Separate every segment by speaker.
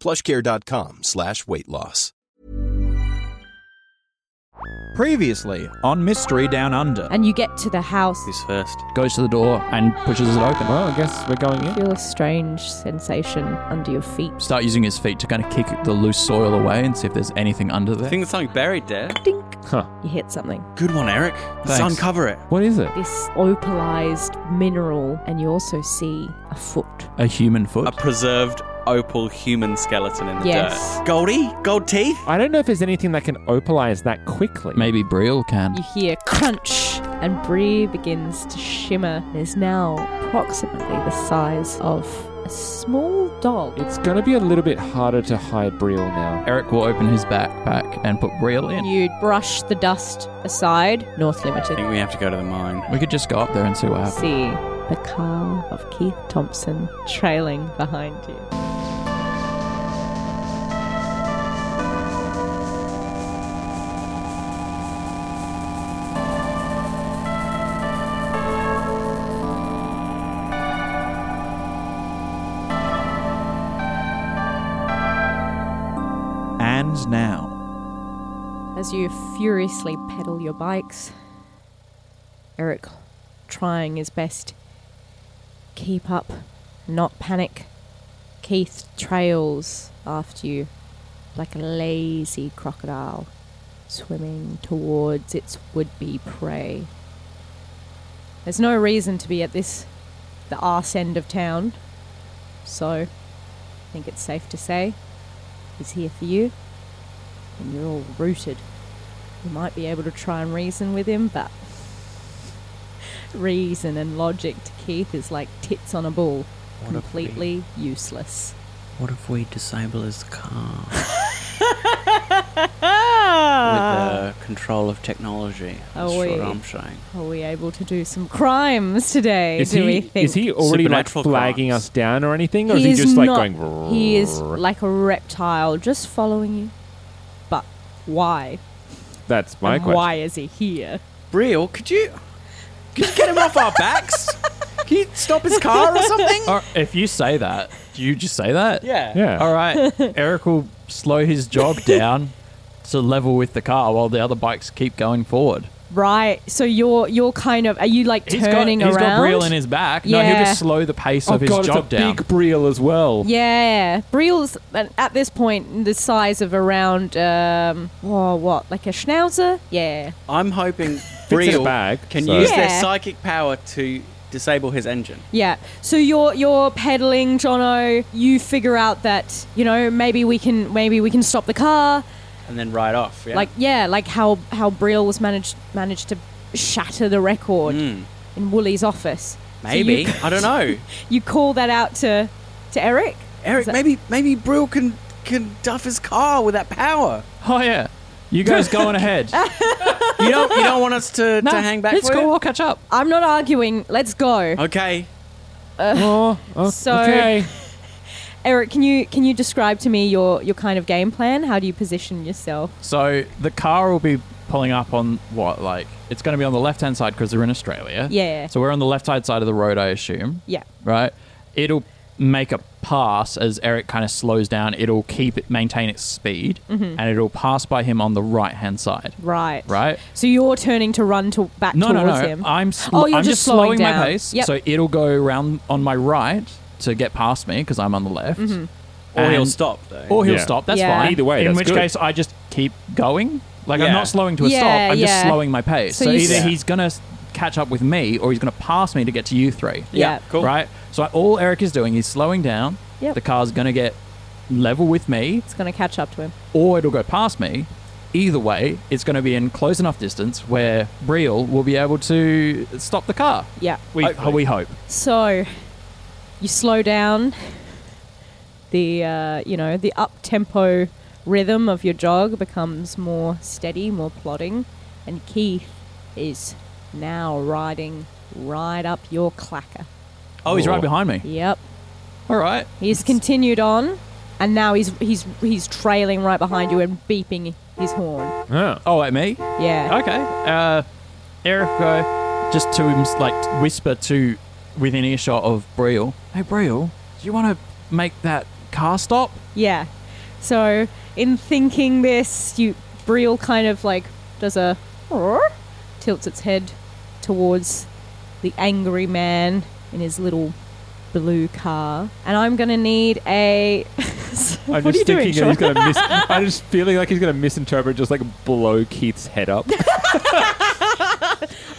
Speaker 1: Plushcare.com slash weight loss.
Speaker 2: Previously on Mystery Down Under.
Speaker 3: And you get to the house.
Speaker 4: Who's first?
Speaker 2: Goes to the door and pushes it open.
Speaker 5: Well, I guess we're going
Speaker 3: You
Speaker 5: in.
Speaker 3: feel a strange sensation under your feet.
Speaker 2: Start using his feet to kind of kick the loose soil away and see if there's anything under
Speaker 4: I
Speaker 2: there.
Speaker 4: think there's something buried there.
Speaker 3: Dink.
Speaker 5: Huh.
Speaker 3: You hit something.
Speaker 4: Good one, Eric. Let's
Speaker 2: Thanks.
Speaker 4: uncover it.
Speaker 5: What is it?
Speaker 3: This opalized mineral, and you also see a foot.
Speaker 2: A human foot.
Speaker 4: A preserved opal human skeleton in the
Speaker 3: Yes.
Speaker 4: dirt. Goldie? Gold teeth?
Speaker 5: I don't know if there's anything that can opalize that quickly.
Speaker 2: Maybe Briel can.
Speaker 3: You hear crunch, and Bree begins to shimmer. It is now approximately the size of a small dog.
Speaker 5: It's going to be a little bit harder to hide Briel now.
Speaker 2: Eric will open his backpack and put Briel in.
Speaker 3: You brush the dust aside. North
Speaker 4: I
Speaker 3: Limited.
Speaker 4: think we have to go to the mine.
Speaker 2: We could just go up there and see what happens.
Speaker 3: See the car of Keith Thompson trailing behind you.
Speaker 2: And now.
Speaker 3: as you furiously pedal your bikes. Eric trying his best. Keep up, not panic. Keith trails after you like a lazy crocodile, swimming towards its would be prey. There's no reason to be at this, the arse end of town, so I think it's safe to say he's here for you and you're all rooted. You might be able to try and reason with him, but reason and logic to Keith is like tits on a ball.
Speaker 6: What a
Speaker 3: completely useless.
Speaker 6: What if we disable his car with
Speaker 3: Ah!
Speaker 6: the control of technology?
Speaker 3: Oh,
Speaker 6: That's
Speaker 3: wait.
Speaker 6: what I'm saying.
Speaker 3: Are we able to do some crimes today?
Speaker 5: Is
Speaker 3: do
Speaker 5: he,
Speaker 3: we think?
Speaker 5: is he already like
Speaker 4: Supernatural
Speaker 5: flagging
Speaker 4: crimes.
Speaker 5: us down or anything? Or
Speaker 3: He
Speaker 5: is he just like
Speaker 3: not-
Speaker 5: going.
Speaker 3: He is
Speaker 5: "Roar"?
Speaker 3: like a reptile, just following you. But why?
Speaker 5: That's my
Speaker 3: and
Speaker 5: question.
Speaker 3: why is he here?
Speaker 4: Briel, could you could you get him off our backs? Can you stop his car or something?
Speaker 2: Or if you say that, do you just say that?
Speaker 4: Yeah.
Speaker 5: Yeah.
Speaker 2: All right. Eric will slow his jog down to level with the car while the other bikes keep going forward.
Speaker 3: Right. So you're you're kind of are you like
Speaker 2: He's
Speaker 3: turning
Speaker 2: got, he's
Speaker 3: around?
Speaker 2: got Briel in his back. No, he'll
Speaker 3: Yeah.
Speaker 2: just slow the pace
Speaker 5: Oh,
Speaker 2: of his
Speaker 5: God,
Speaker 2: jog
Speaker 5: it's a
Speaker 2: down.
Speaker 5: big Briel as well.
Speaker 3: Yeah, Briel's uh, at this point the size of around um, oh, what like a schnauzer? Yeah,
Speaker 4: I'm hoping
Speaker 5: Fits in a
Speaker 4: Briel
Speaker 5: bag,
Speaker 4: can
Speaker 5: so-
Speaker 4: use their
Speaker 3: Yeah.
Speaker 4: psychic power to disable his engine.
Speaker 3: yeah. So you're you're pedaling, Jono. You figure out that you know maybe we can maybe we can stop the car.
Speaker 4: and then ride off. Yeah?
Speaker 3: Like yeah, like how how Briel was managed managed to shatter the record
Speaker 2: Hmm.
Speaker 3: in Woolly's office. So
Speaker 4: maybe
Speaker 3: you,
Speaker 4: I don't know.
Speaker 3: you call that out to to Eric.
Speaker 4: Eric,
Speaker 3: Is that-
Speaker 4: maybe maybe Brill can can duff his car with that power.
Speaker 2: Oh yeah. You guys go on ahead.
Speaker 4: You don't you don't want us to,
Speaker 2: No,
Speaker 4: to hang back
Speaker 2: It's
Speaker 4: for
Speaker 2: cool.
Speaker 4: you?
Speaker 2: I'll catch up.
Speaker 3: I'm not arguing. Let's go.
Speaker 4: Okay.
Speaker 5: Oh, oh,
Speaker 3: So-
Speaker 5: okay.
Speaker 3: Eric, can you can you describe to me your your kind of game plan? How do you position yourself?
Speaker 2: So the car will be pulling up on what? Like it's going to be on the left hand side because they're in Australia.
Speaker 3: Yeah.
Speaker 2: So we're on the left hand side of the road, I assume.
Speaker 3: Yeah.
Speaker 2: Right. It'll make a pass as Eric kind of slows down. It'll keep it maintain its speed,
Speaker 3: Mm-hmm.
Speaker 2: and it'll pass by him on the right hand side.
Speaker 3: Right.
Speaker 2: Right.
Speaker 3: So you're turning to run to back
Speaker 2: No, no,
Speaker 3: towards
Speaker 2: no.
Speaker 3: him.
Speaker 2: I'm sl-
Speaker 3: oh, you're
Speaker 2: I'm just, slowing
Speaker 3: down.
Speaker 2: my pace,
Speaker 3: Yep.
Speaker 2: so it'll go around on my right to get past me because I'm on the left.
Speaker 6: Or he'll
Speaker 2: And-
Speaker 6: stop though.
Speaker 2: Or he'll
Speaker 5: Yeah.
Speaker 2: stop. That's
Speaker 3: Mm-hmm. Yeah.
Speaker 2: fine.
Speaker 5: Either way,
Speaker 2: in
Speaker 5: that's
Speaker 2: which
Speaker 5: good.
Speaker 2: case I just keep going. Like I'm
Speaker 6: Yeah.
Speaker 2: not slowing to a stop.
Speaker 3: Yeah,
Speaker 2: I'm
Speaker 3: yeah.
Speaker 2: just slowing my pace.
Speaker 3: So
Speaker 2: So,
Speaker 3: you
Speaker 2: either
Speaker 3: s-
Speaker 2: he's gonna s- catch up with me, or he's gonna pass me to get to you three.
Speaker 3: Yeah. Yeah,
Speaker 6: cool.
Speaker 2: Right. So all Eric is doing is slowing down.
Speaker 3: Yep.
Speaker 2: The car's gonna get level with me,
Speaker 3: it's going to catch up to him.
Speaker 2: or it'll go past me. Either way, it's going to be in close enough distance where Briel will be able to stop the car.
Speaker 3: Yeah.
Speaker 2: We, we hope.
Speaker 3: So you slow down the uh, you know the up tempo rhythm of your jog becomes more steady, more plodding, and Keith is now riding right up your clacker.
Speaker 2: Oh, he's right behind me.
Speaker 3: Yep.
Speaker 2: All right.
Speaker 3: He's continued on, and now he's he's he's trailing right behind you and beeping his horn.
Speaker 5: Oh.
Speaker 2: Oh, at me?
Speaker 3: Yeah.
Speaker 2: Okay. Uh, Eric, uh, just to him, like whisper to within earshot of Briel. Hey, Briel, do you want to make that car stop?
Speaker 3: Yeah. So in thinking this, you Briel kind of like does a tilts its head towards the angry man in his little blue car, and I'm gonna need a.
Speaker 5: I'm
Speaker 3: what are you
Speaker 5: just
Speaker 3: doing,
Speaker 5: thinking
Speaker 3: Sean?
Speaker 5: he's gonna mis- I'm just feeling like he's gonna misinterpret, just like blow Keith's head up.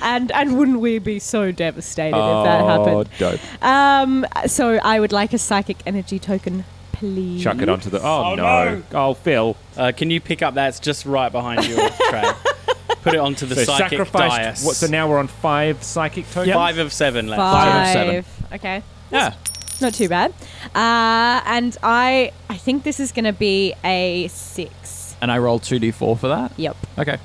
Speaker 3: And and wouldn't we be so devastated if
Speaker 5: Oh,
Speaker 3: that happened?
Speaker 5: dope!
Speaker 3: Um. So I would like a psychic energy token, please.
Speaker 5: Chuck it onto the. Oh, no. Oh, Phil.
Speaker 6: Uh, can you pick up that's just right behind you, Trey? Put it onto the
Speaker 5: so
Speaker 6: psychic
Speaker 5: sacrificed.
Speaker 6: dais.
Speaker 5: What, so now we're on five psychic tokens.
Speaker 6: Five of seven left.
Speaker 2: Five of seven.
Speaker 3: Okay.
Speaker 2: Yeah.
Speaker 3: Not too bad. Uh, and I I think this is going to be a six.
Speaker 2: And I roll 2d4 for that?
Speaker 3: Yep.
Speaker 2: Okay.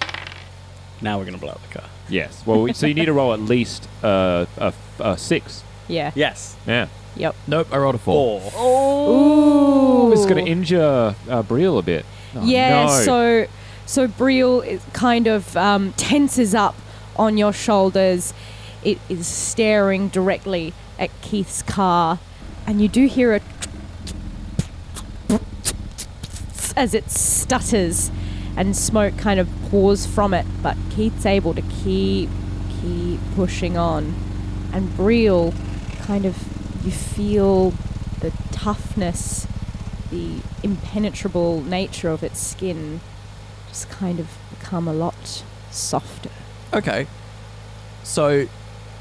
Speaker 6: Now we're gonna blow up the car.
Speaker 5: Yes. Well, we, so you need to roll at least uh, a, a six.
Speaker 3: Yeah.
Speaker 6: Yes.
Speaker 5: Yeah.
Speaker 3: Yep.
Speaker 2: Nope, I rolled a 4.
Speaker 6: Four.
Speaker 3: Ooh.
Speaker 5: Oh, it's going to injure uh, Briel a bit. Oh,
Speaker 3: yeah.
Speaker 5: no.
Speaker 3: So so Briel is kind of um, tenses up on your shoulders. It is staring directly at Keith's car, and you do hear a as it stutters and smoke kind of pours from it, but Keith's able to keep keep pushing on. And Briel kind of you feel the toughness, the impenetrable nature of its skin just kind of become a lot softer.
Speaker 2: Okay. So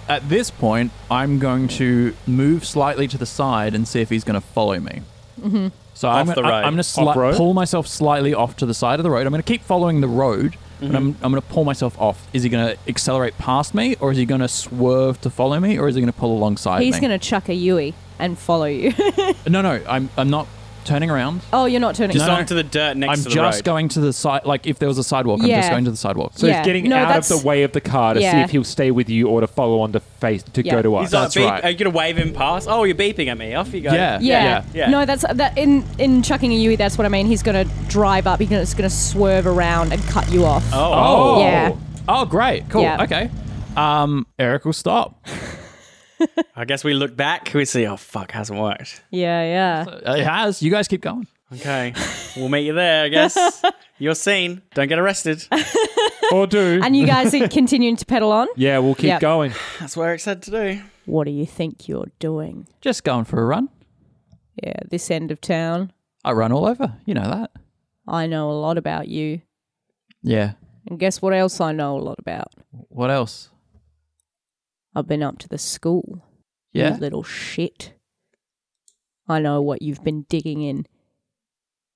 Speaker 2: at this point, I'm going to move slightly to the side and see if he's going to follow me. Mm-hmm. So I'm,
Speaker 6: Off
Speaker 2: gonna-
Speaker 6: the road.
Speaker 2: I'm going to sli-
Speaker 5: Off road?
Speaker 2: pull myself slightly off to the side of the road. I'm going to keep following the road, but I'm,
Speaker 6: Mm-hmm.
Speaker 2: I'm going to pull myself off. Is he going to accelerate past me, or is he going to swerve to follow me, or is he going to pull alongside
Speaker 3: He's
Speaker 2: me?
Speaker 3: gonna chuck a Yui and follow you.
Speaker 2: to. No, no, I'm, I'm not turning around.
Speaker 3: oh, you're not turning.
Speaker 6: Just
Speaker 2: No, no.
Speaker 6: onto the dirt next
Speaker 2: I'm
Speaker 6: to the
Speaker 2: just
Speaker 6: road.
Speaker 2: going to the side. Like if there was a sidewalk, I'm
Speaker 3: Yeah.
Speaker 2: just going to the sidewalk.
Speaker 5: So
Speaker 3: Yeah.
Speaker 5: he's getting
Speaker 3: No,
Speaker 5: out of
Speaker 3: that's-
Speaker 5: the way of the car to see
Speaker 3: Yeah.
Speaker 5: if he'll stay with you or to follow on to face to
Speaker 3: Yeah.
Speaker 5: go to us.
Speaker 6: He's like,
Speaker 2: That's
Speaker 6: beep,
Speaker 2: right.
Speaker 6: are you gonna wave him past? Oh, you're beeping at me. Off you go.
Speaker 2: Yeah.
Speaker 3: Yeah.
Speaker 6: Yeah. Yeah.
Speaker 3: No, that's that in in chucking a Yui. That's what I mean. He's gonna drive up. He's gonna, he's gonna swerve around and cut you off.
Speaker 6: Oh.
Speaker 2: Oh.
Speaker 3: Yeah.
Speaker 2: Oh, great. Cool.
Speaker 3: Yeah.
Speaker 2: Okay. Um, Eric will stop.
Speaker 6: I guess we look back. We see. Oh fuck, hasn't worked.
Speaker 3: Yeah, yeah.
Speaker 2: It Uh, has. You guys keep going.
Speaker 6: Okay, we'll meet you there. I guess you're seen. Don't get arrested.
Speaker 5: or do.
Speaker 3: And you guys are continuing to pedal on.
Speaker 5: yeah, we'll keep
Speaker 3: Yeah.
Speaker 5: going.
Speaker 6: That's what Eric said to do.
Speaker 3: What do you think you're doing?
Speaker 2: Just going for a run.
Speaker 3: Yeah, this end of town.
Speaker 2: I run all over. You know that.
Speaker 3: I know a lot about you.
Speaker 2: Yeah.
Speaker 3: And guess what else I know a lot about?
Speaker 2: What else?
Speaker 3: I've been up to the school.
Speaker 2: Yeah.
Speaker 3: You little shit. I know what you've been digging in.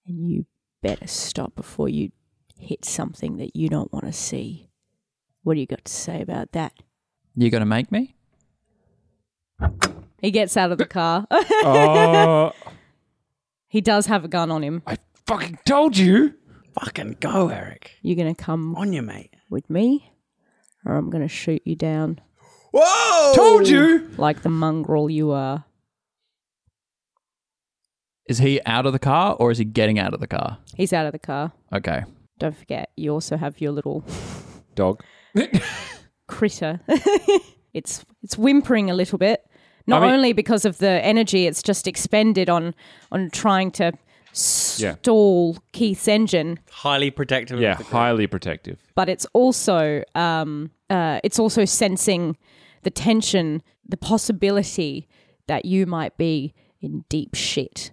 Speaker 3: And you better stop before you hit something that you don't want to see. What do you got to say about that?
Speaker 2: You gonna make me?
Speaker 3: He gets out of the car.
Speaker 5: Oh,
Speaker 3: he does have a gun on him.
Speaker 5: I fucking told you.
Speaker 6: Fucking go, Eric.
Speaker 3: You're going to come
Speaker 6: On you, mate.
Speaker 3: with me, or I'm going to shoot you down
Speaker 5: Told you.
Speaker 3: like the mongrel you are.
Speaker 2: Is he out of the car or is he getting out of the car?
Speaker 3: He's out of the car.
Speaker 2: Okay.
Speaker 3: Don't forget, you also have your little
Speaker 5: Dog.
Speaker 3: critter. it's it's whimpering a little bit. Not
Speaker 5: I mean-
Speaker 3: only because of the energy it's just expended on on trying to stall Keith's engine,
Speaker 6: Highly protective.
Speaker 5: Yeah,
Speaker 6: Of the group.
Speaker 5: highly protective.
Speaker 3: but it's also um, uh, it's also sensing the tension, the possibility that you might be in deep shit.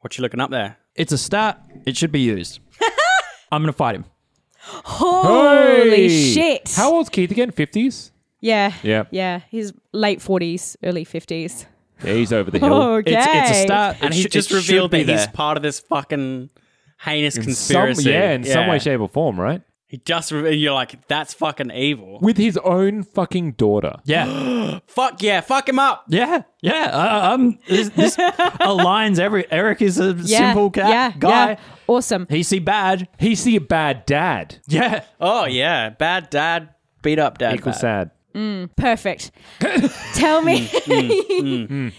Speaker 6: What you looking up there?
Speaker 2: It's a stat. It should be used. I'm going to fight him.
Speaker 3: Holy shit!
Speaker 5: How old's Keith again? 50s?
Speaker 3: Yeah,
Speaker 5: Yeah.
Speaker 3: yeah. He's late forties, early fifties. Oh,
Speaker 5: Yeah, he's over the hill.
Speaker 3: Okay,
Speaker 2: It's, it's a stat.
Speaker 6: and
Speaker 2: It
Speaker 6: he
Speaker 2: should- it
Speaker 6: just
Speaker 2: should
Speaker 6: revealed
Speaker 2: be
Speaker 6: that he's
Speaker 2: there.
Speaker 6: part of this fucking heinous
Speaker 5: In some,
Speaker 6: conspiracy.
Speaker 5: yeah, in some way, shape, or form, right?
Speaker 6: He just re- and you're like, that's fucking evil.
Speaker 5: With his own fucking daughter.
Speaker 2: Yeah.
Speaker 6: Fuck yeah, fuck him up.
Speaker 2: Yeah, yeah. Uh, um, this, this aligns every. Eric is a simple cat
Speaker 3: yeah,
Speaker 2: guy.
Speaker 3: yeah. Awesome.
Speaker 2: He see bad.
Speaker 5: He's the bad dad.
Speaker 2: Yeah.
Speaker 6: Oh yeah, bad dad, beat up dad.
Speaker 5: Equal
Speaker 6: bad.
Speaker 5: sad.
Speaker 3: Perfect. Tell me.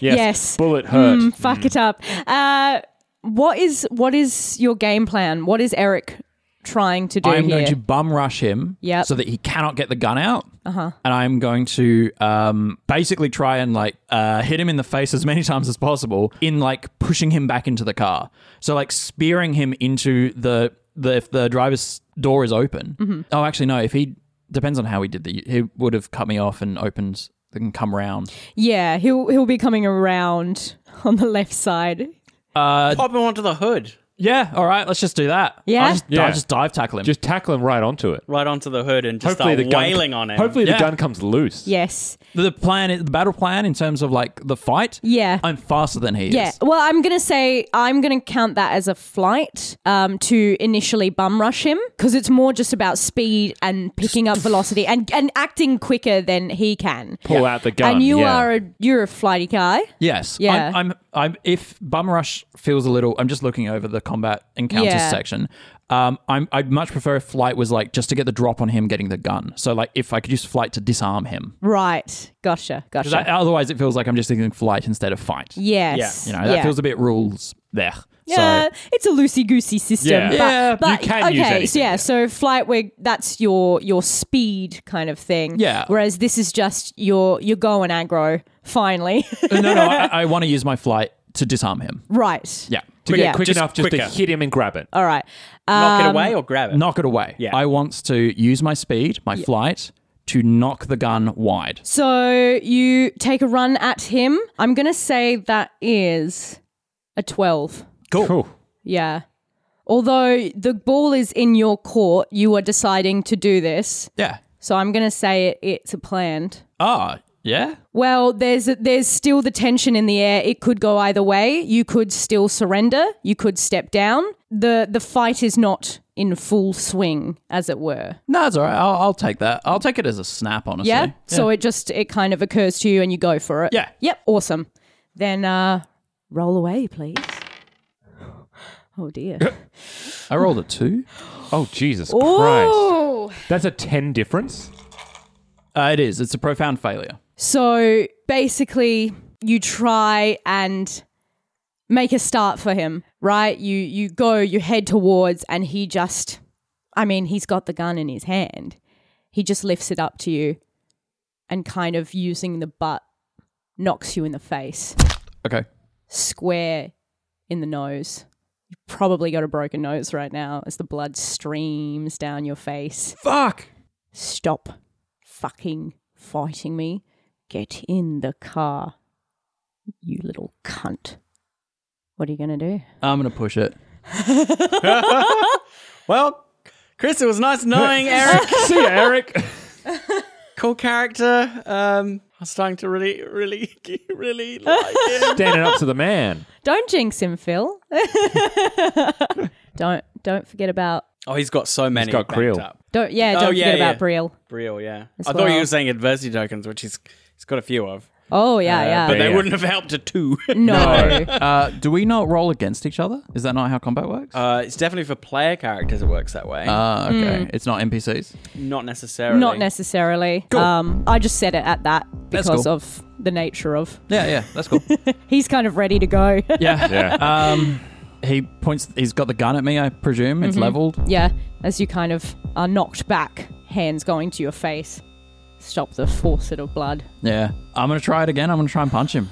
Speaker 5: Yes.
Speaker 3: Yes.
Speaker 5: Bullet hurt.
Speaker 3: Mm, fuck it up. Uh, what is what is your game plan? What is Eric trying to do
Speaker 2: I'm
Speaker 3: here?
Speaker 2: going to bum rush him
Speaker 3: Yep.
Speaker 2: so that he cannot get the gun out. Uh-huh. And I'm going to um, basically try and like uh, hit him in the face as many times as possible in like pushing him back into the car. So like spearing him into the the if the driver's door is open.
Speaker 3: Mm-hmm.
Speaker 2: Oh, actually no. If he depends on how he did the he would have cut me off and opened and come round.
Speaker 3: Yeah, he'll he'll be coming around on the left side.
Speaker 2: Uh,
Speaker 6: Pop him onto the hood,
Speaker 2: yeah. All right. Let's just do that.
Speaker 3: Yeah?
Speaker 2: I'll just,
Speaker 5: Yeah.
Speaker 2: I'll just dive tackle him.
Speaker 5: Just tackle him right onto it.
Speaker 6: right onto the hood, and just
Speaker 5: Hopefully the gun.
Speaker 6: start wailing on him.
Speaker 5: Hopefully
Speaker 2: Yeah.
Speaker 5: the gun comes loose.
Speaker 3: Yes.
Speaker 2: the plan, the battle plan in terms of like the fight.
Speaker 3: Yeah.
Speaker 2: I'm faster than he
Speaker 3: Yeah.
Speaker 2: is.
Speaker 3: Well, I'm gonna say I'm gonna count that as a flight um, to initially bum rush him because it's more just about speed and picking up velocity and and acting quicker than he can.
Speaker 5: Pull out the gun.
Speaker 3: and you
Speaker 5: yeah.
Speaker 3: are a you're a flighty guy.
Speaker 2: Yes.
Speaker 3: Yeah.
Speaker 2: I'm, I'm. I'm. If bum rush feels a little, I'm just looking over the combat encounters
Speaker 3: Yeah.
Speaker 2: section. Um, I'm. I'd much prefer if flight was like just to get the drop on him getting the gun. So like if I could use flight to disarm him,
Speaker 3: Right. Gotcha.
Speaker 2: 'Cause
Speaker 3: Gotcha.
Speaker 2: I- otherwise it feels like I'm just thinking flight instead of fight.
Speaker 3: yes.
Speaker 2: You know that feels a bit rules there.
Speaker 3: Yeah,
Speaker 2: So
Speaker 3: it's a loosey goosey system.
Speaker 5: Yeah.
Speaker 3: but,
Speaker 2: Yeah, you
Speaker 3: but
Speaker 5: can
Speaker 3: okay,
Speaker 5: use
Speaker 3: so
Speaker 5: anything,
Speaker 3: yeah,
Speaker 5: yeah.
Speaker 3: so flight wig that's your your speed kind of thing.
Speaker 2: Yeah.
Speaker 3: Whereas this is just your you're going aggro, finally.
Speaker 2: no, no, I, I want to use my flight to disarm him.
Speaker 3: right.
Speaker 2: Yeah.
Speaker 5: To
Speaker 3: Yeah.
Speaker 5: get quick
Speaker 6: Just
Speaker 5: enough just
Speaker 6: quicker.
Speaker 5: to hit him and grab it.
Speaker 3: All right.
Speaker 6: knock
Speaker 3: Um,
Speaker 6: it away or grab it.
Speaker 2: Knock it away.
Speaker 6: Yeah.
Speaker 2: I want to use my speed, my flight, to knock the gun wide.
Speaker 3: So you take a run at him. I'm gonna say that is a twelve.
Speaker 2: Cool.
Speaker 3: Yeah. Although the ball is in your court, you are deciding to do this.
Speaker 2: Yeah.
Speaker 3: So I'm gonna say it, it's a planned.
Speaker 2: Ah. yeah.
Speaker 3: Well, there's there's still the tension in the air. It could go either way. You could still surrender. You could step down. the The fight is not in full swing, as it were.
Speaker 2: No, it's all right. I'll, I'll take that. I'll take it as a snap, honestly.
Speaker 3: Yeah? So it just it kind of occurs to you, and you go for it.
Speaker 2: Yeah.
Speaker 3: Yep. Awesome. Then uh, roll away, please. Oh dear.
Speaker 2: I rolled a two.
Speaker 5: Oh, Jesus Christ.
Speaker 3: Oh.
Speaker 5: That's a 10 difference?
Speaker 2: Uh, it is. It's a profound failure.
Speaker 3: So basically, you try and make a start for him, right? You you go, you head towards, and he just, I mean, he's got the gun in his hand. He just lifts it up to you, and kind of using the butt, knocks you in the face,
Speaker 2: Okay.
Speaker 3: square in the nose. You probably got a broken nose right now as the blood streams down your face
Speaker 2: Fuck.
Speaker 3: stop fucking fighting me. Get in the car, you little cunt. What are you going to do?
Speaker 2: I'm gonna push it.
Speaker 6: Well, Chris, it was nice knowing Eric.
Speaker 5: See ya, Eric.
Speaker 6: cool character. Um, I'm starting to really, really, really like him.
Speaker 5: Standing up to the man.
Speaker 3: Don't jinx him, Phil. don't don't forget about
Speaker 6: Oh, he's got so many.
Speaker 5: got
Speaker 6: backed
Speaker 5: Creel.
Speaker 6: up.
Speaker 3: don't yeah,
Speaker 6: Oh,
Speaker 3: don't
Speaker 6: yeah,
Speaker 3: forget about
Speaker 6: yeah.
Speaker 3: Briel.
Speaker 6: Real, yeah.
Speaker 3: As
Speaker 6: I thought you
Speaker 3: well.
Speaker 6: were saying adversity tokens, which he's he's got a few of.
Speaker 3: Oh, yeah, yeah.
Speaker 6: Uh, But they
Speaker 5: Yeah.
Speaker 6: wouldn't have helped a two.
Speaker 3: no.
Speaker 2: Uh, do we not roll against each other? Is that not how combat works?
Speaker 6: Uh, it's definitely for player characters it works that way.
Speaker 2: Ah, okay.
Speaker 3: Hmm.
Speaker 2: It's not NPCs.
Speaker 6: not necessarily.
Speaker 3: Not necessarily.
Speaker 2: Cool.
Speaker 3: Um, I just said it at that
Speaker 2: That's
Speaker 3: because
Speaker 2: cool.
Speaker 3: of the nature of.
Speaker 2: Yeah, yeah, that's cool.
Speaker 3: He's kind of ready to go.
Speaker 2: yeah.
Speaker 5: Yeah.
Speaker 6: Uh,
Speaker 2: Um, he points. He's got the gun at me. I presume
Speaker 3: Mm-hmm.
Speaker 2: it's leveled.
Speaker 3: yeah, as you kind of are knocked back, hands going to your face. Stop the faucet of blood.
Speaker 2: Yeah. I'm gonna try it again. I'm gonna try and punch him.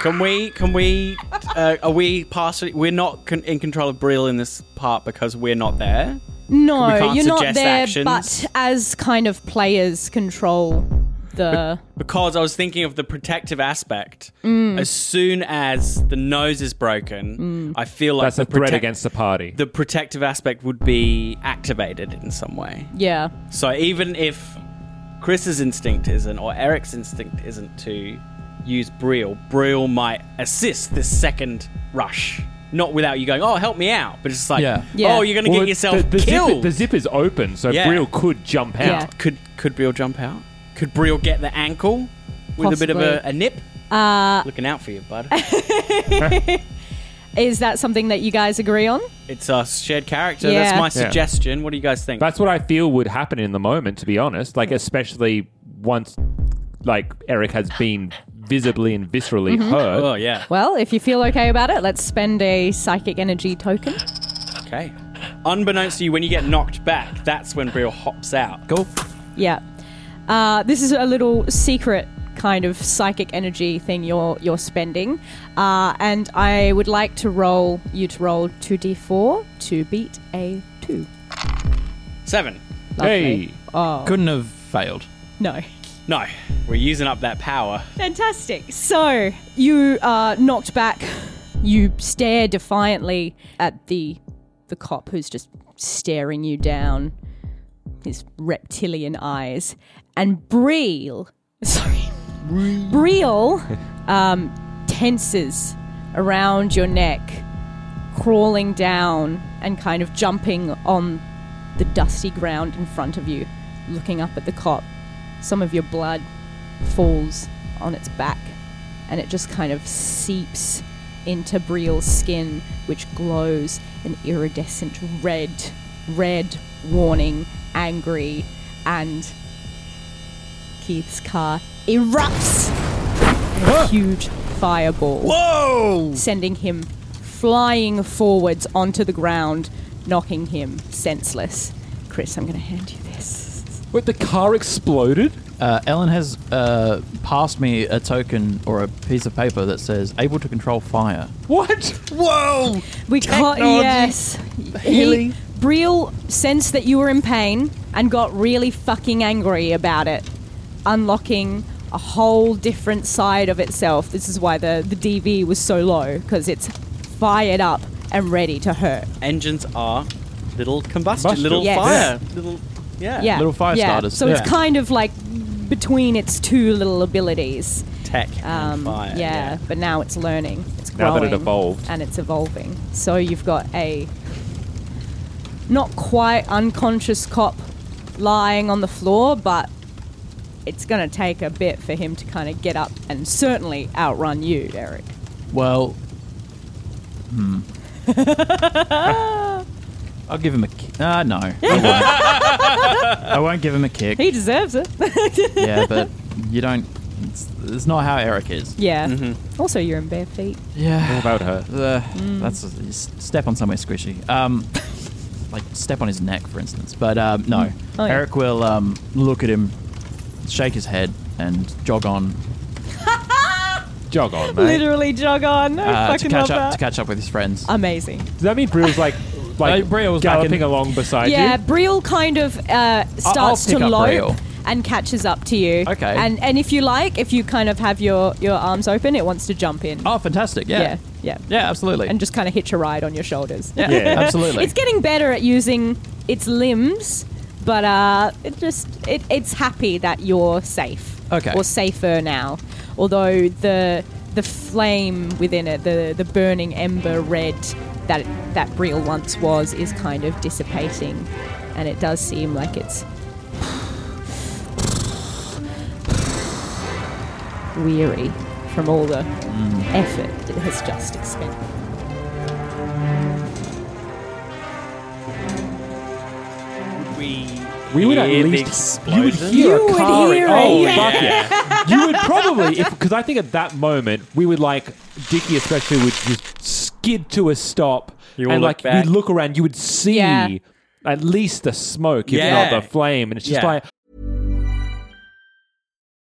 Speaker 6: Can we? Can we? Uh, are we partially? We're not con- in control of Brill in this part because we're not there. We
Speaker 3: No,
Speaker 6: can't
Speaker 3: you're not
Speaker 6: suggest
Speaker 3: there,
Speaker 6: actions.
Speaker 3: but as kind of players control the.
Speaker 6: Because I was thinking of the protective aspect. As soon as the nose is broken, I feel like
Speaker 5: That's a
Speaker 6: the
Speaker 5: threat
Speaker 6: protec-
Speaker 5: against the party.
Speaker 6: the protective aspect would be activated in some way.
Speaker 3: Yeah.
Speaker 6: So even if Chris's instinct isn't, or Eric's instinct isn't to use Brill, Brill might assist this second rush. Not without you going, oh, help me out. But it's just like,
Speaker 2: Yeah.
Speaker 3: Yeah.
Speaker 6: oh, you're going to
Speaker 5: Well,
Speaker 6: get yourself
Speaker 5: the, the
Speaker 6: killed.
Speaker 5: Zip, the zip is open, so
Speaker 6: Yeah.
Speaker 5: Brill could jump out.
Speaker 3: Yeah.
Speaker 6: could could Brill jump out? Could Brill get the ankle with a bit of
Speaker 3: Possibly.
Speaker 6: a,
Speaker 3: Uh,
Speaker 6: a nip? Looking out for you, bud.
Speaker 3: Is that something that you guys agree on?
Speaker 6: it's a shared character.
Speaker 3: Yeah.
Speaker 6: That's my
Speaker 3: Yeah.
Speaker 6: suggestion. What do you guys think?
Speaker 5: That's what I feel would happen in the moment, to be honest. Like, especially once, like, Eric has been visibly and viscerally
Speaker 3: Mm-hmm.
Speaker 5: hurt.
Speaker 6: oh, yeah.
Speaker 3: Well, if you feel okay about it, let's spend a psychic energy token.
Speaker 6: Okay. Unbeknownst to you, when you get knocked back, that's when Brill hops out.
Speaker 2: Cool.
Speaker 3: Yeah. Uh, this is a little secret kind of psychic energy thing you're you're spending, uh, and I would like to roll you to roll two d four to beat a two.
Speaker 6: Seven.
Speaker 3: Lovely.
Speaker 5: Hey.
Speaker 3: Oh
Speaker 2: Couldn't have failed.
Speaker 3: no.
Speaker 6: No, we're using up that power.
Speaker 3: Fantastic. So you are knocked back. You stare defiantly at the the cop who's just staring you down, his reptilian eyes, and Breel. Sorry, Breel um, tenses around your neck, crawling down and kind of jumping on the dusty ground in front of you, looking up at the cop. Some of your blood falls on its back and it just kind of seeps into Briel's skin, which glows an iridescent red, red, warning, angry, and Keith's car erupts in a huge fireball. Whoa! Sending him flying forwards onto the ground, knocking him senseless. Chris, I'm going to hand you this.
Speaker 5: Wait, the car exploded?
Speaker 2: Uh, Ellen has uh, passed me a token or a piece of paper that says "able to control fire."
Speaker 5: What?
Speaker 6: Whoa!
Speaker 3: We can't. Yes. He, Briel sensed that you were in pain and got really fucking angry about it, unlocking a whole different side of itself. This is why the, the DV was so low, because it's fired up and ready to hurt.
Speaker 6: Engines are little combustion,
Speaker 5: Combustion.
Speaker 6: little
Speaker 3: Yes.
Speaker 6: fire, little yeah,
Speaker 3: Yeah.
Speaker 2: Little fire
Speaker 3: yeah.
Speaker 2: starters.
Speaker 3: So
Speaker 2: Yeah.
Speaker 3: it's kind of like between its two little abilities.
Speaker 6: tech and fire.
Speaker 3: Um, yeah, but now it's learning. It's growing.
Speaker 5: Now that it evolved.
Speaker 3: And it's evolving. So you've got a not quite unconscious cop lying on the floor, but it's going to take a bit for him to kind of get up and certainly outrun you, Eric.
Speaker 2: Well, hmm. I'll give him a kick. Ah, no. I won't. I won't give him a kick.
Speaker 3: He deserves it.
Speaker 2: Yeah, but you don't. It's, it's not how Eric is.
Speaker 3: yeah. Also, you're in bare feet.
Speaker 2: Yeah.
Speaker 5: About her.
Speaker 2: Uh,
Speaker 3: Mm.
Speaker 2: That's a, you s- step on somewhere squishy. Um, like step on his neck, for instance. But um, no,
Speaker 3: Oh, yeah.
Speaker 2: Eric will um, look at him, shake his head, and jog on
Speaker 5: Jog on, mate.
Speaker 3: Literally jog on. I
Speaker 2: uh, to
Speaker 3: fucking
Speaker 2: catch
Speaker 3: love
Speaker 2: up
Speaker 3: that.
Speaker 2: to catch up with his friends.
Speaker 3: Amazing.
Speaker 5: Does that mean Brill's like, like
Speaker 2: No, Brill was back
Speaker 5: galloping
Speaker 2: in-
Speaker 5: along beside
Speaker 3: yeah,
Speaker 5: you?
Speaker 3: Briel kind of uh, starts
Speaker 2: pick
Speaker 3: to
Speaker 2: up
Speaker 3: lope
Speaker 2: Briel.
Speaker 3: and catches up to you.
Speaker 2: Okay.
Speaker 3: And and if you like, if you kind of have your your arms open, it wants to jump in.
Speaker 2: Oh, fantastic! Yeah,
Speaker 3: yeah,
Speaker 2: yeah,
Speaker 3: yeah.
Speaker 2: absolutely.
Speaker 3: And just kind of hitch a ride on your shoulders.
Speaker 2: yeah,
Speaker 5: Yeah.
Speaker 2: absolutely.
Speaker 3: It's getting better at using its limbs, but uh, it just it, it's happy that you're safe.
Speaker 2: Okay.
Speaker 3: Or safer now, although the the flame within it, the the burning ember red that that Briel once was, is kind of dissipating, and it does seem like it's weary from all the
Speaker 2: Mm.
Speaker 3: effort it has just expended.
Speaker 6: We,
Speaker 2: We would at
Speaker 6: hear the
Speaker 2: least you would
Speaker 6: explosion.
Speaker 2: hear a
Speaker 3: would
Speaker 2: car.
Speaker 3: hear
Speaker 2: oh,
Speaker 5: Oh, fuck yeah. You would probably, because I think at that moment, we would like, Dickie especially would just skid to a stop.
Speaker 6: You all
Speaker 5: and
Speaker 6: look
Speaker 5: like,
Speaker 6: back.
Speaker 5: you'd look around, you would see
Speaker 3: Yeah.
Speaker 5: at least the smoke, if
Speaker 6: Yeah.
Speaker 5: not the flame. And it's just
Speaker 6: Yeah.
Speaker 5: like,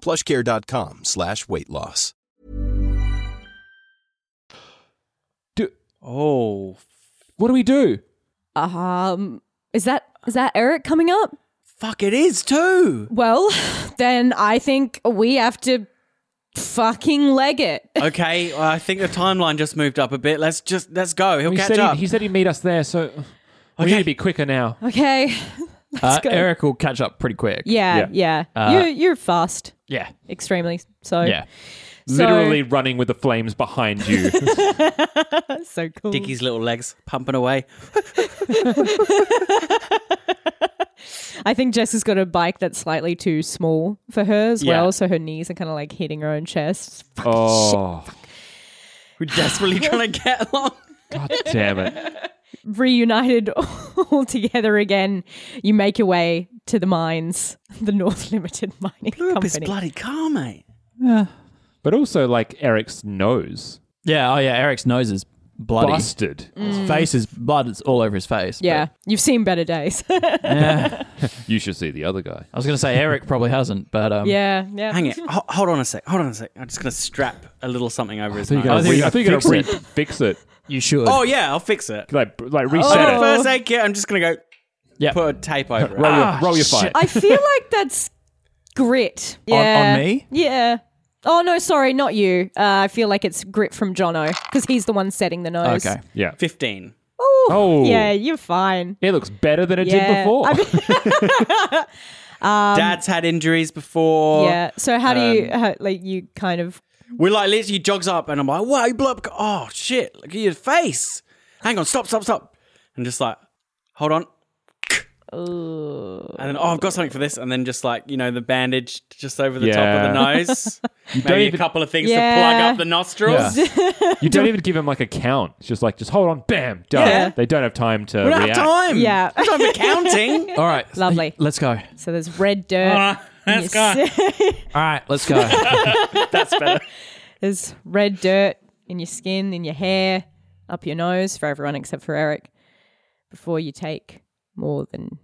Speaker 1: plushcare.com slash weight loss.
Speaker 5: do,
Speaker 6: Oh,
Speaker 5: what do we do?
Speaker 3: Um, is that is that Eric coming up?
Speaker 6: fuck! It is too.
Speaker 3: Well, then I think we have to fucking leg it.
Speaker 6: Uh, Okay, well, I think the timeline just moved up a bit. Let's just let's go. He'll
Speaker 5: He
Speaker 6: catch
Speaker 5: said,
Speaker 6: up.
Speaker 5: he, he said he'd meet us there, so we need to be quicker now.
Speaker 3: Okay.
Speaker 2: Uh,
Speaker 3: go.
Speaker 2: Eric will catch up pretty quick.
Speaker 3: Yeah, yeah. you you're fast,
Speaker 2: Yeah.
Speaker 3: extremely so.
Speaker 2: Yeah.
Speaker 3: so,
Speaker 5: Literally running with the flames behind you.
Speaker 3: so cool.
Speaker 6: Dickie's little legs pumping away.
Speaker 3: I think Jess has got a bike that's slightly too small for her as
Speaker 6: Yeah.
Speaker 3: well, so her knees are kind of like hitting her own chest. Fuck.
Speaker 5: oh,
Speaker 6: We're desperately trying to get along.
Speaker 5: god damn it.
Speaker 3: Reunited all together again, you make your way to the mines, the North Limited Mining
Speaker 6: Loop is
Speaker 3: Company.
Speaker 6: bloody car, mate.
Speaker 5: But also, like, Eric's nose.
Speaker 2: Yeah. Oh, yeah. Eric's nose is bloody. Mm.
Speaker 5: Busted.
Speaker 2: His face is blood. It's all over his face. but-
Speaker 3: Mm. yeah, you've seen better days.
Speaker 5: You should see the other guy.
Speaker 2: I was going to say Eric probably hasn't, but um,
Speaker 3: yeah, yeah.
Speaker 6: Hang it. Ho- hold on a sec. Hold on a sec. I'm just gonna strap a little something over his
Speaker 5: So you
Speaker 6: nose.
Speaker 5: gotta,
Speaker 2: I think
Speaker 5: re-
Speaker 2: I
Speaker 5: I think you gotta re-
Speaker 2: fix
Speaker 5: fix it.
Speaker 2: you should.
Speaker 6: Oh yeah, I'll fix it.
Speaker 5: Like, like
Speaker 6: So
Speaker 5: reset
Speaker 6: the
Speaker 5: it.
Speaker 3: Oh.
Speaker 6: first aid kit. I'm just gonna go
Speaker 2: yeah.
Speaker 6: put a tape over it.
Speaker 5: Roll,
Speaker 2: Ah,
Speaker 5: your, roll your
Speaker 2: shit.
Speaker 5: fight.
Speaker 3: I feel like that's grit.
Speaker 2: On- on
Speaker 3: Yeah.
Speaker 2: me?
Speaker 3: Yeah. Oh no, sorry, not you. Uh, I feel like it's grit from Jono because he's the one setting the nose.
Speaker 2: Okay.
Speaker 5: Yeah.
Speaker 6: Fifteen.
Speaker 3: Ooh,
Speaker 5: Oh.
Speaker 3: yeah, you're fine.
Speaker 5: It looks better than it
Speaker 3: Yeah.
Speaker 5: did before.
Speaker 3: I mean-
Speaker 6: Dad's had injuries
Speaker 2: Oh.
Speaker 6: before.
Speaker 3: Um, yeah. So how do you
Speaker 2: Um,
Speaker 3: how, like you kind of
Speaker 6: We're like literally jogs up, and I'm like, "Wow, you blew up! Oh shit! Look at your face! Hang on, stop, stop, stop!" And just like, hold on. And then, oh, I've got something for this. And then just like, you know, the bandage just over the
Speaker 5: Yeah.
Speaker 6: top of the nose.
Speaker 5: don't
Speaker 6: Maybe a
Speaker 5: even-
Speaker 6: couple of things to
Speaker 3: Yeah.
Speaker 6: plug up the nostrils.
Speaker 5: you don't even give him like a count. It's just like, just hold on, bam, done.
Speaker 3: Yeah.
Speaker 5: They don't have time to
Speaker 6: We don't
Speaker 5: react.
Speaker 6: have time.
Speaker 3: Yeah.
Speaker 6: We don't have counting.
Speaker 2: All right.
Speaker 3: Lovely.
Speaker 2: Let's go. All
Speaker 3: so there's red dirt.
Speaker 6: Let's go.
Speaker 2: right. Let's go.
Speaker 3: there's red dirt in your skin, in your hair, up your nose for everyone except for Eric. Before you take more than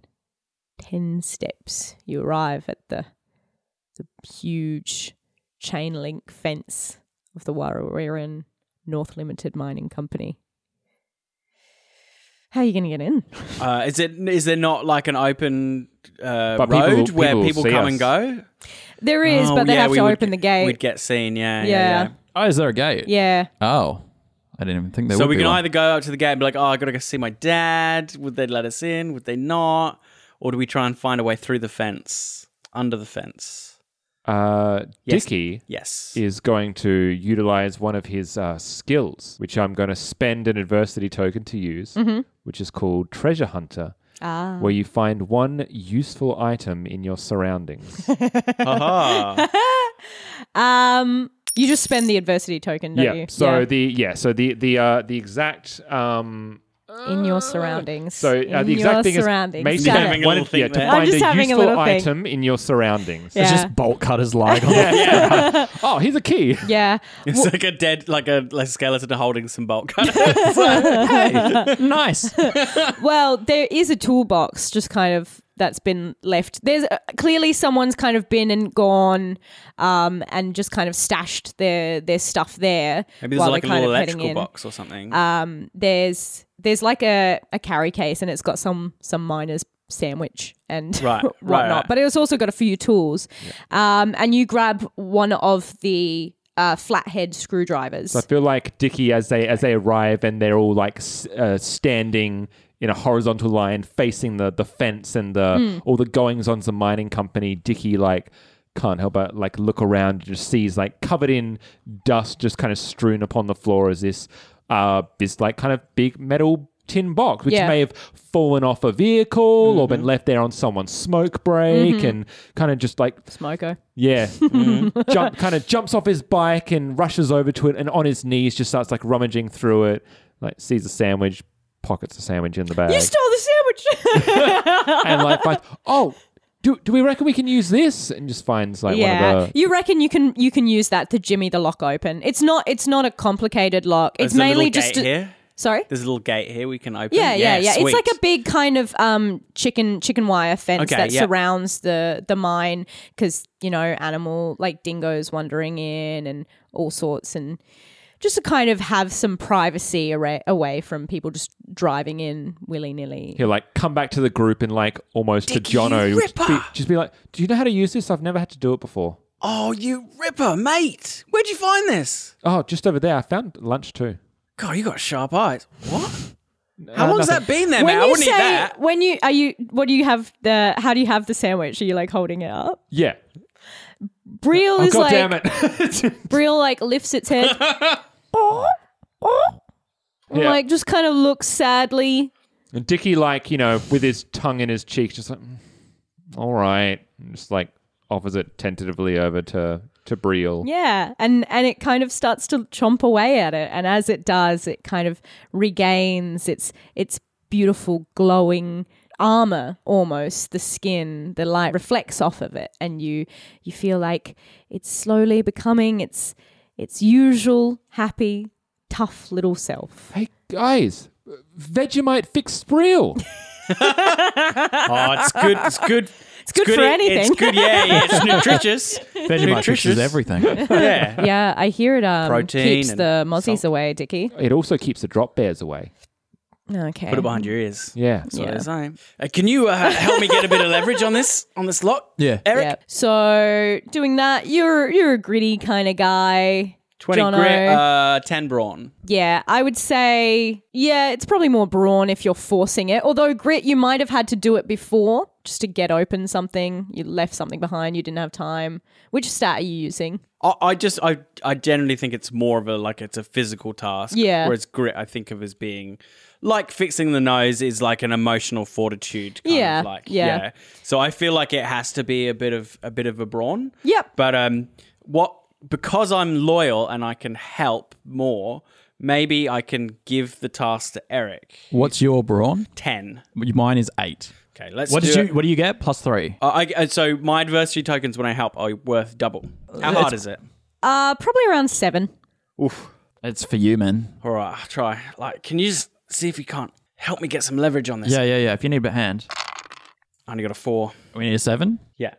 Speaker 3: 10 steps, you arrive at the, the huge chain link fence of the Warraweran North Limited Mining Company. How are you going to get in?
Speaker 6: Uh, is it? Is there not like an open uh,
Speaker 5: But
Speaker 6: road
Speaker 5: people will-
Speaker 6: where
Speaker 5: people will
Speaker 6: people
Speaker 5: see
Speaker 6: come
Speaker 5: us.
Speaker 6: and go?
Speaker 3: There is,
Speaker 6: Oh,
Speaker 3: but they
Speaker 6: yeah,
Speaker 3: have
Speaker 6: we
Speaker 3: to
Speaker 6: would
Speaker 3: open
Speaker 6: get-
Speaker 3: the gate.
Speaker 6: We'd get seen. Yeah.
Speaker 3: Yeah.
Speaker 6: Yeah.
Speaker 2: Oh, is there a gate?
Speaker 3: yeah.
Speaker 2: Oh, I didn't even think there
Speaker 6: So
Speaker 2: would
Speaker 6: we
Speaker 2: be
Speaker 6: can
Speaker 2: one.
Speaker 6: either go up to the gate and be like, "Oh, I gotta go see my dad." Would they let us in? Would they not? Or do we try and find a way through the fence, under the fence?
Speaker 5: Uh,
Speaker 6: Yes.
Speaker 5: Dicky
Speaker 6: Yes.
Speaker 5: is going to utilize one of his uh, skills, which I'm going to spend an adversity token to use,
Speaker 3: Mm-hmm.
Speaker 5: which is called Treasure Hunter. Ah. Where you find one useful item in your surroundings.
Speaker 6: Aha.
Speaker 3: Um, you just spend the adversity token, don't
Speaker 5: yeah.
Speaker 3: you?
Speaker 5: So
Speaker 3: Yeah.
Speaker 5: the yeah. So the the uh, the exact um,
Speaker 3: in your surroundings.
Speaker 5: So uh,
Speaker 3: in
Speaker 5: the exact
Speaker 3: your
Speaker 5: thing is
Speaker 3: surroundings.
Speaker 5: maybe
Speaker 3: Got
Speaker 6: Just
Speaker 5: find
Speaker 6: having
Speaker 3: it.
Speaker 6: a
Speaker 5: one-
Speaker 6: little thing
Speaker 5: yeah,
Speaker 6: there.
Speaker 5: to
Speaker 6: I'm
Speaker 5: find
Speaker 3: just
Speaker 5: a
Speaker 3: having a
Speaker 5: useful
Speaker 3: little thing.
Speaker 5: item in your surroundings.
Speaker 3: Yeah.
Speaker 2: It's just bolt cutters lying on the
Speaker 5: Oh, here's a key.
Speaker 3: Yeah.
Speaker 6: It's like a dead, like a, like a skeleton holding some bulk.
Speaker 2: Nice.
Speaker 3: Oh, Well, there is a toolbox just kind of that's been left. There's uh, clearly someone's kind of been and gone um, and just kind of stashed their their stuff there.
Speaker 6: Maybe there's
Speaker 3: while
Speaker 6: like a
Speaker 3: they're kind
Speaker 6: little
Speaker 3: of heading
Speaker 6: electrical
Speaker 3: in. Uh, Um,
Speaker 6: box or something.
Speaker 3: There's there's like a, a carry case and it's got some some miner's sandwich and
Speaker 6: Right, right,
Speaker 3: whatnot.
Speaker 6: right.
Speaker 3: But it's also got a few tools. Um, and you grab one of the uh, flathead screwdrivers.
Speaker 5: I feel like Dicky as they as they arrive and they're all like s- uh, standing in a horizontal line facing the the fence and the all the goings on the mining company. Dicky like can't help but like look around and just sees like covered in dust, just kind of strewn upon the floor is this uh this like kind of big metal tin box which
Speaker 3: Yeah.
Speaker 5: may have fallen off a vehicle or been left there on someone's smoke break and kind of just like
Speaker 3: Smoker.
Speaker 5: yeah. Mm-hmm. Jump kind of jumps off his bike and rushes over to it and on his knees just starts like rummaging through it, like sees a sandwich, pockets a sandwich in the bag.
Speaker 3: You stole the sandwich.
Speaker 5: and like finds, oh, do, do we reckon we can use this? And just finds like
Speaker 3: yeah,
Speaker 5: one of the
Speaker 3: you reckon you can you can use that to jimmy the lock open. It's not it's not a complicated lock. It's
Speaker 6: There's a little
Speaker 3: mainly just
Speaker 6: gate
Speaker 3: a-
Speaker 6: here.
Speaker 3: sorry.
Speaker 6: There's a little gate here we can open.
Speaker 3: Yeah, yeah, yeah.
Speaker 6: sweet.
Speaker 3: It's like a big kind of um chicken chicken wire fence
Speaker 6: Okay,
Speaker 3: that
Speaker 6: yeah.
Speaker 3: surrounds the the mine because you know animal like dingoes wandering in and all sorts and just to kind of have some privacy array, away from people just driving in willy nilly.
Speaker 5: He'll like come back to the group and like almost to Jono. Just be, just be like, Do you know how to use this? I've never had to do it before.
Speaker 6: Oh, you ripper, mate! Where'd you find this?
Speaker 5: Oh, just over there. I found lunch too.
Speaker 6: God, you got sharp eyes. What? How long's
Speaker 5: nothing.
Speaker 6: that been there, man? I
Speaker 3: you
Speaker 6: wouldn't eat that.
Speaker 3: when you are you what do you have the how do you have the sandwich? Are you like holding it up?
Speaker 5: Yeah.
Speaker 3: Briel
Speaker 5: Oh,
Speaker 3: is
Speaker 5: God
Speaker 3: like
Speaker 5: damn it.
Speaker 3: Brill like lifts its head. and,
Speaker 5: Yeah.
Speaker 3: Like just kind of looks sadly.
Speaker 5: And Dicky, like, you know, with his tongue in his cheek, just like, "Mm, all right. And just like offers it tentatively over to, to Briel.
Speaker 3: Yeah. And and it kind of starts to chomp away at it. And as it does, it kind of regains its its beautiful glowing armor almost the skin the light reflects off of it and you you feel like it's slowly becoming its its usual happy tough little self
Speaker 5: Hey, guys, Vegemite fixed Briel.
Speaker 6: Oh, it's good. It's good. It's
Speaker 3: good for anything.
Speaker 6: It's good. Yeah, yeah. It's nutritious.
Speaker 2: Vegemite fixes everything.
Speaker 6: Yeah.
Speaker 3: yeah i hear it um
Speaker 6: Protein
Speaker 3: keeps
Speaker 6: and
Speaker 3: the mozzies
Speaker 6: salt.
Speaker 3: away dicky
Speaker 5: it also keeps the drop bears away.
Speaker 3: okay
Speaker 6: Put it behind your ears.
Speaker 5: Yeah.
Speaker 6: That's what
Speaker 3: Yeah.
Speaker 6: I say. Uh, can you uh, help me get a bit of leverage on this on this lock?
Speaker 2: Yeah.
Speaker 6: Eric,
Speaker 3: Yep. So doing that, you're you're a gritty kind of guy.
Speaker 6: twenty
Speaker 3: Jono.
Speaker 6: grit, uh, ten brawn.
Speaker 3: Yeah, I would say yeah, it's probably more brawn if you're forcing it. Although grit, you might have had to do it before just to get open something. You left something behind. You didn't have time. Which stat are you using?
Speaker 6: I, I just I I generally think it's more of a like it's a physical task.
Speaker 3: Yeah.
Speaker 6: Whereas grit I think of as being like fixing the nose is like an emotional fortitude kind
Speaker 3: Yeah,
Speaker 6: of like
Speaker 3: yeah.
Speaker 6: So I feel like it has to be a bit of a bit of a brawn.
Speaker 3: Yep.
Speaker 6: But um what because I'm loyal and I can help more, maybe I can give the task to Eric.
Speaker 2: What's your brawn?
Speaker 6: Ten.
Speaker 2: Mine is eight.
Speaker 6: Okay, let's
Speaker 2: What
Speaker 6: do
Speaker 2: did you?
Speaker 6: it.
Speaker 2: What do you get? Plus three.
Speaker 6: Uh, I, uh, so my adversity tokens when I help are worth double. How hard is it?
Speaker 3: Uh, probably around seven.
Speaker 2: It's for you, man.
Speaker 6: All right, I'll try. Like, can you just see if you can't help me get some leverage on this?
Speaker 2: Yeah, yeah, yeah. If you need a bit hand,
Speaker 6: I only got a four.
Speaker 2: we need a seven.
Speaker 6: Yeah.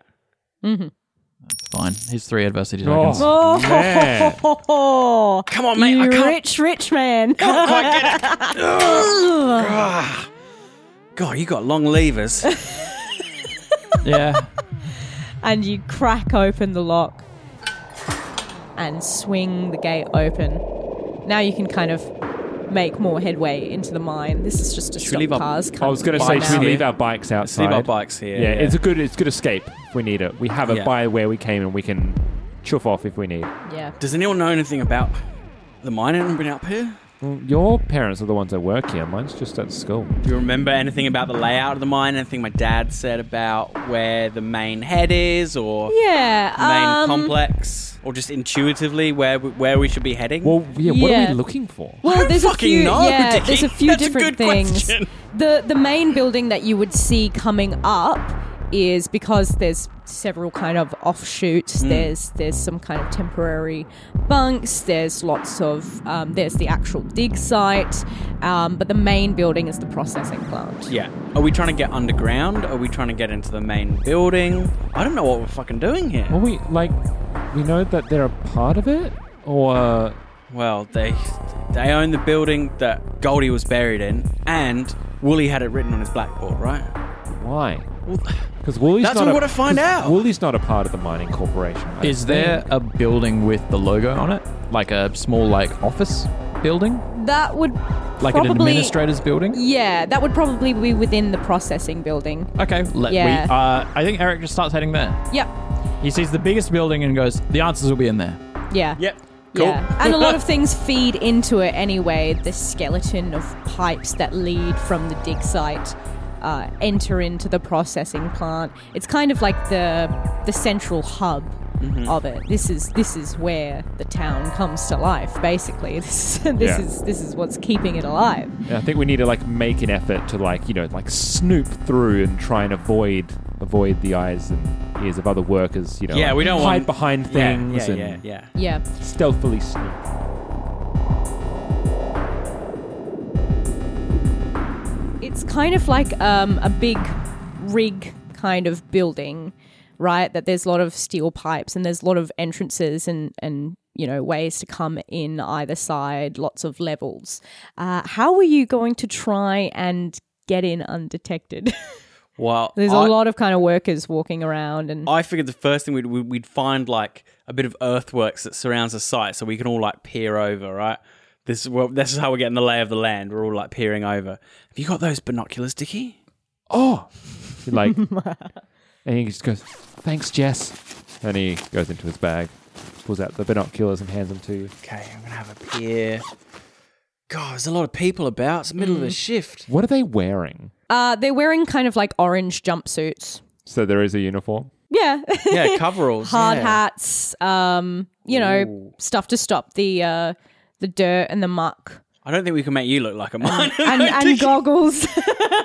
Speaker 2: It's fine. Here's three adversity tokens.
Speaker 3: Oh,
Speaker 5: Man.
Speaker 6: Come on, mate. I
Speaker 3: you
Speaker 6: can't
Speaker 3: rich, rich man.
Speaker 6: quite get it. Ah. God, you got long levers.
Speaker 2: Yeah.
Speaker 3: and you crack open the lock and swing the gate open. Now you can kind of make more headway into the mine. This is just a
Speaker 6: we
Speaker 3: stop
Speaker 6: leave our-
Speaker 3: cars. Kind
Speaker 5: I was going to say, should
Speaker 6: Bikes
Speaker 5: we
Speaker 6: here.
Speaker 5: leave our bikes outside?
Speaker 6: Leave our bikes here.
Speaker 5: Yeah, it's a good, it's a good escape. If we need it. We have it
Speaker 6: Yeah.
Speaker 5: by where we came, and we can chuff off if we need.
Speaker 3: yeah.
Speaker 6: Does anyone know anything about the mine? Anyone been up here?
Speaker 5: Mm, Your parents are the ones that work here. Mine's just at school.
Speaker 6: Do you remember anything about the layout of the mine? Anything my dad said about where the main head is, or
Speaker 3: Yeah.
Speaker 6: the main
Speaker 3: um,
Speaker 6: complex, or just intuitively where we, where we should be heading?
Speaker 5: Well, yeah, what are
Speaker 3: Yeah.
Speaker 5: we looking for?
Speaker 3: Well, there's a
Speaker 6: fucking
Speaker 3: few.
Speaker 6: know,
Speaker 3: yeah,
Speaker 6: Dickie.
Speaker 3: there's a few
Speaker 6: That's a
Speaker 3: different
Speaker 6: good
Speaker 3: things.
Speaker 6: question.
Speaker 3: The the main building that you would see coming up is because there's several kind of
Speaker 6: Hmm.
Speaker 3: offshoots. There's there's some kind of temporary bunks. There's lots of um, there's the actual dig site, um, but the main building is the processing plant.
Speaker 6: yeah. Are we trying to get underground? Are we trying to get into the main building? I don't know what we're fucking doing
Speaker 5: Are
Speaker 6: here.
Speaker 5: we like we know that they're a part of it, or uh,
Speaker 6: Well, they they own the building that Goldie was buried in, and Wooly had it written on his blackboard, right?
Speaker 5: why?
Speaker 6: Well,
Speaker 5: Because Wooly's
Speaker 6: That's
Speaker 5: not
Speaker 6: what
Speaker 5: a-
Speaker 6: we wanna find
Speaker 5: 'cause
Speaker 6: out.
Speaker 5: Wooly's not a part of the mining corporation. I
Speaker 2: Is there a building with the logo on it? Like a small like office building?
Speaker 3: That would
Speaker 2: Like
Speaker 3: probably,
Speaker 2: an administrator's building?
Speaker 3: Yeah, that would probably be within the processing building.
Speaker 2: Okay, let
Speaker 3: Yeah.
Speaker 2: we uh, I think Eric just starts heading there.
Speaker 3: Yep.
Speaker 2: He sees the biggest building and goes, "The answers will be in there."
Speaker 3: Yeah.
Speaker 6: Yep.
Speaker 3: Yeah, and a lot of things feed into it anyway. The skeleton of pipes that lead from the dig site uh, enter into the processing plant. It's kind of like the the central hub of it. This is this is where the town comes to life. Basically, this is, this
Speaker 5: Yeah.
Speaker 3: is this is what's keeping it alive.
Speaker 5: And I think we need to like make an effort to like you know like snoop through and try and avoid avoid the eyes and ears of other workers. You know,
Speaker 6: Yeah,
Speaker 5: like,
Speaker 6: we don't
Speaker 5: hide
Speaker 6: want-
Speaker 5: behind
Speaker 6: Yeah, yeah,
Speaker 5: things
Speaker 6: yeah,
Speaker 5: and
Speaker 6: yeah.
Speaker 3: Yeah.
Speaker 5: stealthily sneak.
Speaker 3: It's kind of like um, a big rig kind of building, right? That there's a lot of steel pipes and there's a lot of entrances and and you know ways to come in either side, lots of levels. Uh, how are you going to try and get in undetected?
Speaker 6: Well,
Speaker 3: there's a
Speaker 6: I-
Speaker 3: lot of kind of workers walking around and
Speaker 6: I figured the first thing we'd we'd we'd find like a bit of earthworks that surrounds the site, so we can all like peer over, right? This is well, this is how we're getting the lay of the land. We're all like peering over. Have you got those binoculars, Dickie?
Speaker 5: oh, He, like, and he just goes, "Thanks, Jess," and he goes into his bag, pulls out the binoculars and hands them to you.
Speaker 6: Okay, I'm gonna have a peer. God, there's a lot of people about. It's the middle of
Speaker 3: Mm.
Speaker 6: the shift.
Speaker 5: What are they wearing?
Speaker 3: uh, they're wearing kind of like orange jumpsuits.
Speaker 5: So there is a uniform.
Speaker 3: Yeah.
Speaker 6: Yeah, coveralls.
Speaker 3: hard
Speaker 6: yeah.
Speaker 3: hats, um, you know, stuff to stop the uh, the dirt and the muck,
Speaker 6: I don't think we can make you look like a miner.
Speaker 3: and,
Speaker 6: though,
Speaker 3: and
Speaker 6: Dickie.
Speaker 3: goggles.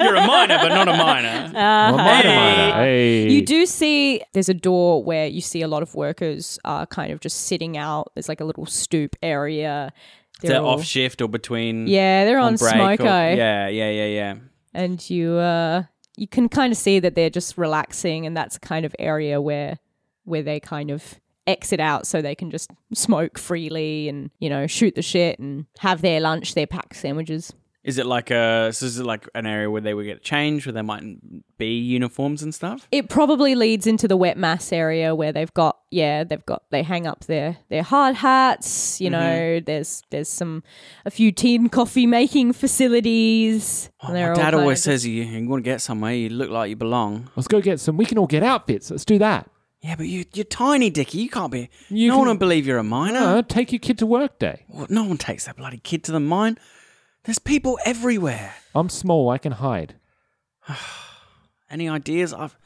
Speaker 6: You're a miner, but not a miner.
Speaker 5: Well, minor, minor. Hey.
Speaker 3: Uh-huh. you do see there's a door where you see a lot of workers are kind of just sitting out. There's like a little stoop area.
Speaker 6: They're
Speaker 3: all-
Speaker 6: off shift or between.
Speaker 3: Yeah, they're on,
Speaker 6: break or-
Speaker 3: smoko,
Speaker 6: yeah, yeah, yeah, yeah.
Speaker 3: and you uh, you can kind of see that they're just relaxing, and that's a kind of area where where they kind of exit out so they can just smoke freely and you know shoot the shit and have their lunch, their pack sandwiches.
Speaker 6: Is it like a? So is it like an area where they would get changed, where there mightn't be uniforms and stuff?
Speaker 3: it probably leads into the wet mass area where they've got yeah they've got they hang up their their hard hats you know there's there's some a few tea and coffee making facilities
Speaker 6: Oh,
Speaker 3: and
Speaker 6: my
Speaker 3: they're all
Speaker 6: dad
Speaker 3: kind of
Speaker 6: always
Speaker 3: just-
Speaker 6: says you, you want to get somewhere, you look like you belong.
Speaker 5: Let's go get some. We can all get outfits. Let's do that.
Speaker 6: Yeah, but you, you're tiny, Dickie. You can't be.
Speaker 5: You
Speaker 6: no
Speaker 5: can-
Speaker 6: one will believe you're a
Speaker 5: No,
Speaker 6: miner.
Speaker 5: take your kid to work day.
Speaker 6: Well, No one takes that bloody kid to the mine. There's people everywhere.
Speaker 5: I'm small. I can hide.
Speaker 6: Any ideas? I've,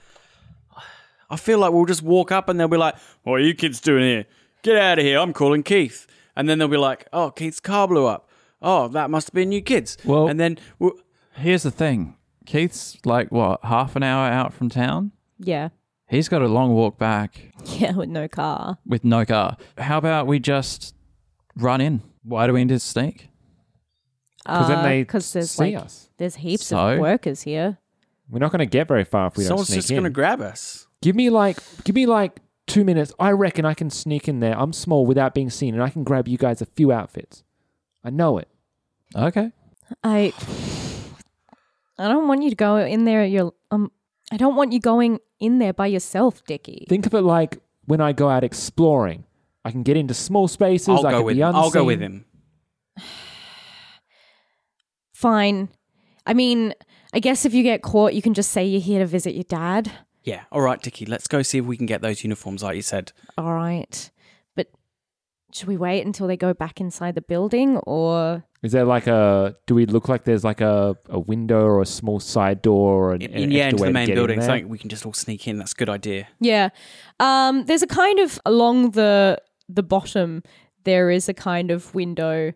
Speaker 6: I feel like we'll just walk up and they'll be like, "What are you kids doing here? Get out of here! I'm calling Keith." And then they'll be like, "Oh, Keith's car blew up. Oh, that must have been you kids."
Speaker 2: Well-
Speaker 6: and then we'll,
Speaker 2: Here's the thing. Keith's like what, half an hour out from town?
Speaker 3: yeah
Speaker 2: He's got a long walk back
Speaker 3: yeah with no car
Speaker 2: with no car. How about we just run in? Why do we need to sneak?
Speaker 5: 'Cause then they
Speaker 3: because Uh, there's
Speaker 5: see
Speaker 3: like
Speaker 5: us.
Speaker 3: there's heaps
Speaker 2: So?
Speaker 3: of workers here
Speaker 5: We're not going to get very far if we
Speaker 6: someone's
Speaker 5: don't sneak
Speaker 6: just
Speaker 5: in.
Speaker 6: gonna grab us.
Speaker 5: give me like, give me like two minutes. I reckon I can sneak in there. I'm small without being seen, and I can grab you guys a few outfits. I know it.
Speaker 2: Okay.
Speaker 3: I I don't want you to go in there you're um I don't want you going in there by yourself Dickie
Speaker 5: Think of it like when I go out exploring. I can get into small spaces.
Speaker 6: I'll
Speaker 5: I
Speaker 6: go
Speaker 5: can
Speaker 6: with.
Speaker 5: be unseen.
Speaker 6: I'll go with him.
Speaker 3: fine I mean I guess if you get caught you can just say you're here to visit your dad
Speaker 6: Yeah. All right, Dickie. Let's go see if we can get those uniforms, like you said.
Speaker 3: all right. But Should we wait until they go back inside the building or
Speaker 5: Is there like a? Do we look like there's like a, a window or a small side door or an,
Speaker 6: In,
Speaker 5: an
Speaker 6: yeah,
Speaker 5: extra
Speaker 6: into
Speaker 5: way
Speaker 6: the
Speaker 5: to
Speaker 6: main
Speaker 5: get in
Speaker 6: building.
Speaker 5: there?
Speaker 6: Something we can just all sneak in. That's a good idea.
Speaker 3: Yeah. Um there's a kind of along the the bottom there is a kind of window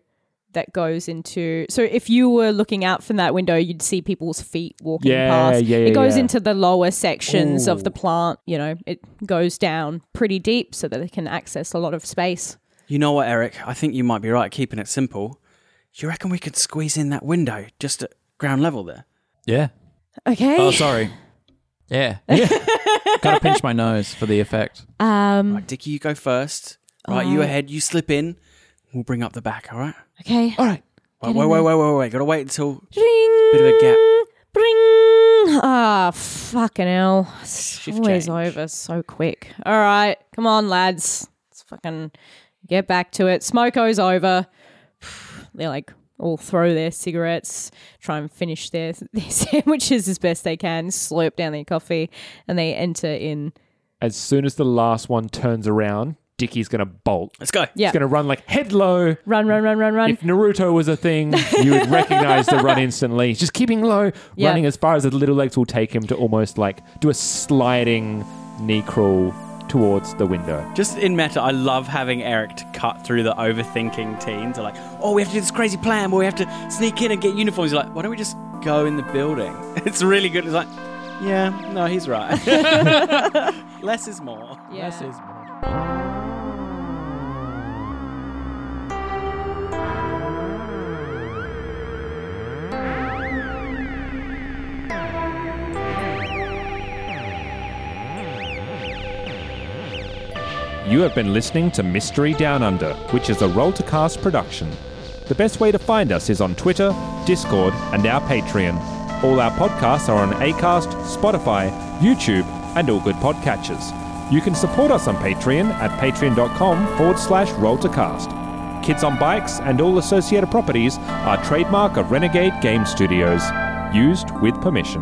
Speaker 3: that goes into so if you were looking out from that window you'd see people's feet walking
Speaker 5: Yeah,
Speaker 3: past.
Speaker 5: yeah, yeah,
Speaker 3: it goes
Speaker 5: yeah.
Speaker 3: into the lower sections of the plant, you know, it goes down pretty deep so that it can access a lot of space.
Speaker 6: You know what, Eric? I think you might be right keeping it simple. You reckon we could squeeze in that window just at ground level there?
Speaker 2: Yeah.
Speaker 3: Okay.
Speaker 2: Oh, sorry. Yeah. yeah. Gotta pinch my nose for the effect.
Speaker 3: Um
Speaker 6: Right, Dickie, you go first. Mm. Right, you ahead. You slip in. We'll bring up the back, all right?
Speaker 3: okay.
Speaker 2: All right.
Speaker 6: Wait, wait, wait, wait, wait, wait. Gotta wait until.
Speaker 3: Ding.
Speaker 6: Bit of a gap.
Speaker 3: Bring. Ah, fucking hell. It's
Speaker 6: Shift
Speaker 3: always
Speaker 6: change.
Speaker 3: over so quick. All right. Come on, lads. Let's fucking get back to it. Smoko's over. They like all throw their cigarettes, try and finish their, their sandwiches as best they can, slurp down their coffee, and they enter in.
Speaker 5: As soon as the last one turns around, Dickie's gonna bolt.
Speaker 6: Let's go.
Speaker 3: Yeah.
Speaker 5: He's gonna run like head low.
Speaker 3: Run, run, run, run, run.
Speaker 5: If Naruto was a thing, you would recognize the run instantly. He's Just keeping low,
Speaker 3: Yeah.
Speaker 5: running as far as the little legs will take him to almost like do a sliding knee crawl towards the window.
Speaker 6: Just in meta, I love having Eric to cut through the overthinking teens. They're like, oh, we have to do this crazy plan, but we have to sneak in and get uniforms. You're like, why don't we just go in the building? It's really good. It's like, yeah, no, he's right. Less is more.
Speaker 3: Yeah.
Speaker 5: You have been listening to Mystery Down Under, which is a Roll to Cast production. The best way to find us is on Twitter, Discord, and our Patreon. All our podcasts are on Acast, Spotify, YouTube, and all good podcatchers. You can support us on Patreon at patreon.com forward slash roll to cast. Kids on Bikes and all associated properties are trademark of Renegade Game Studios, used with permission.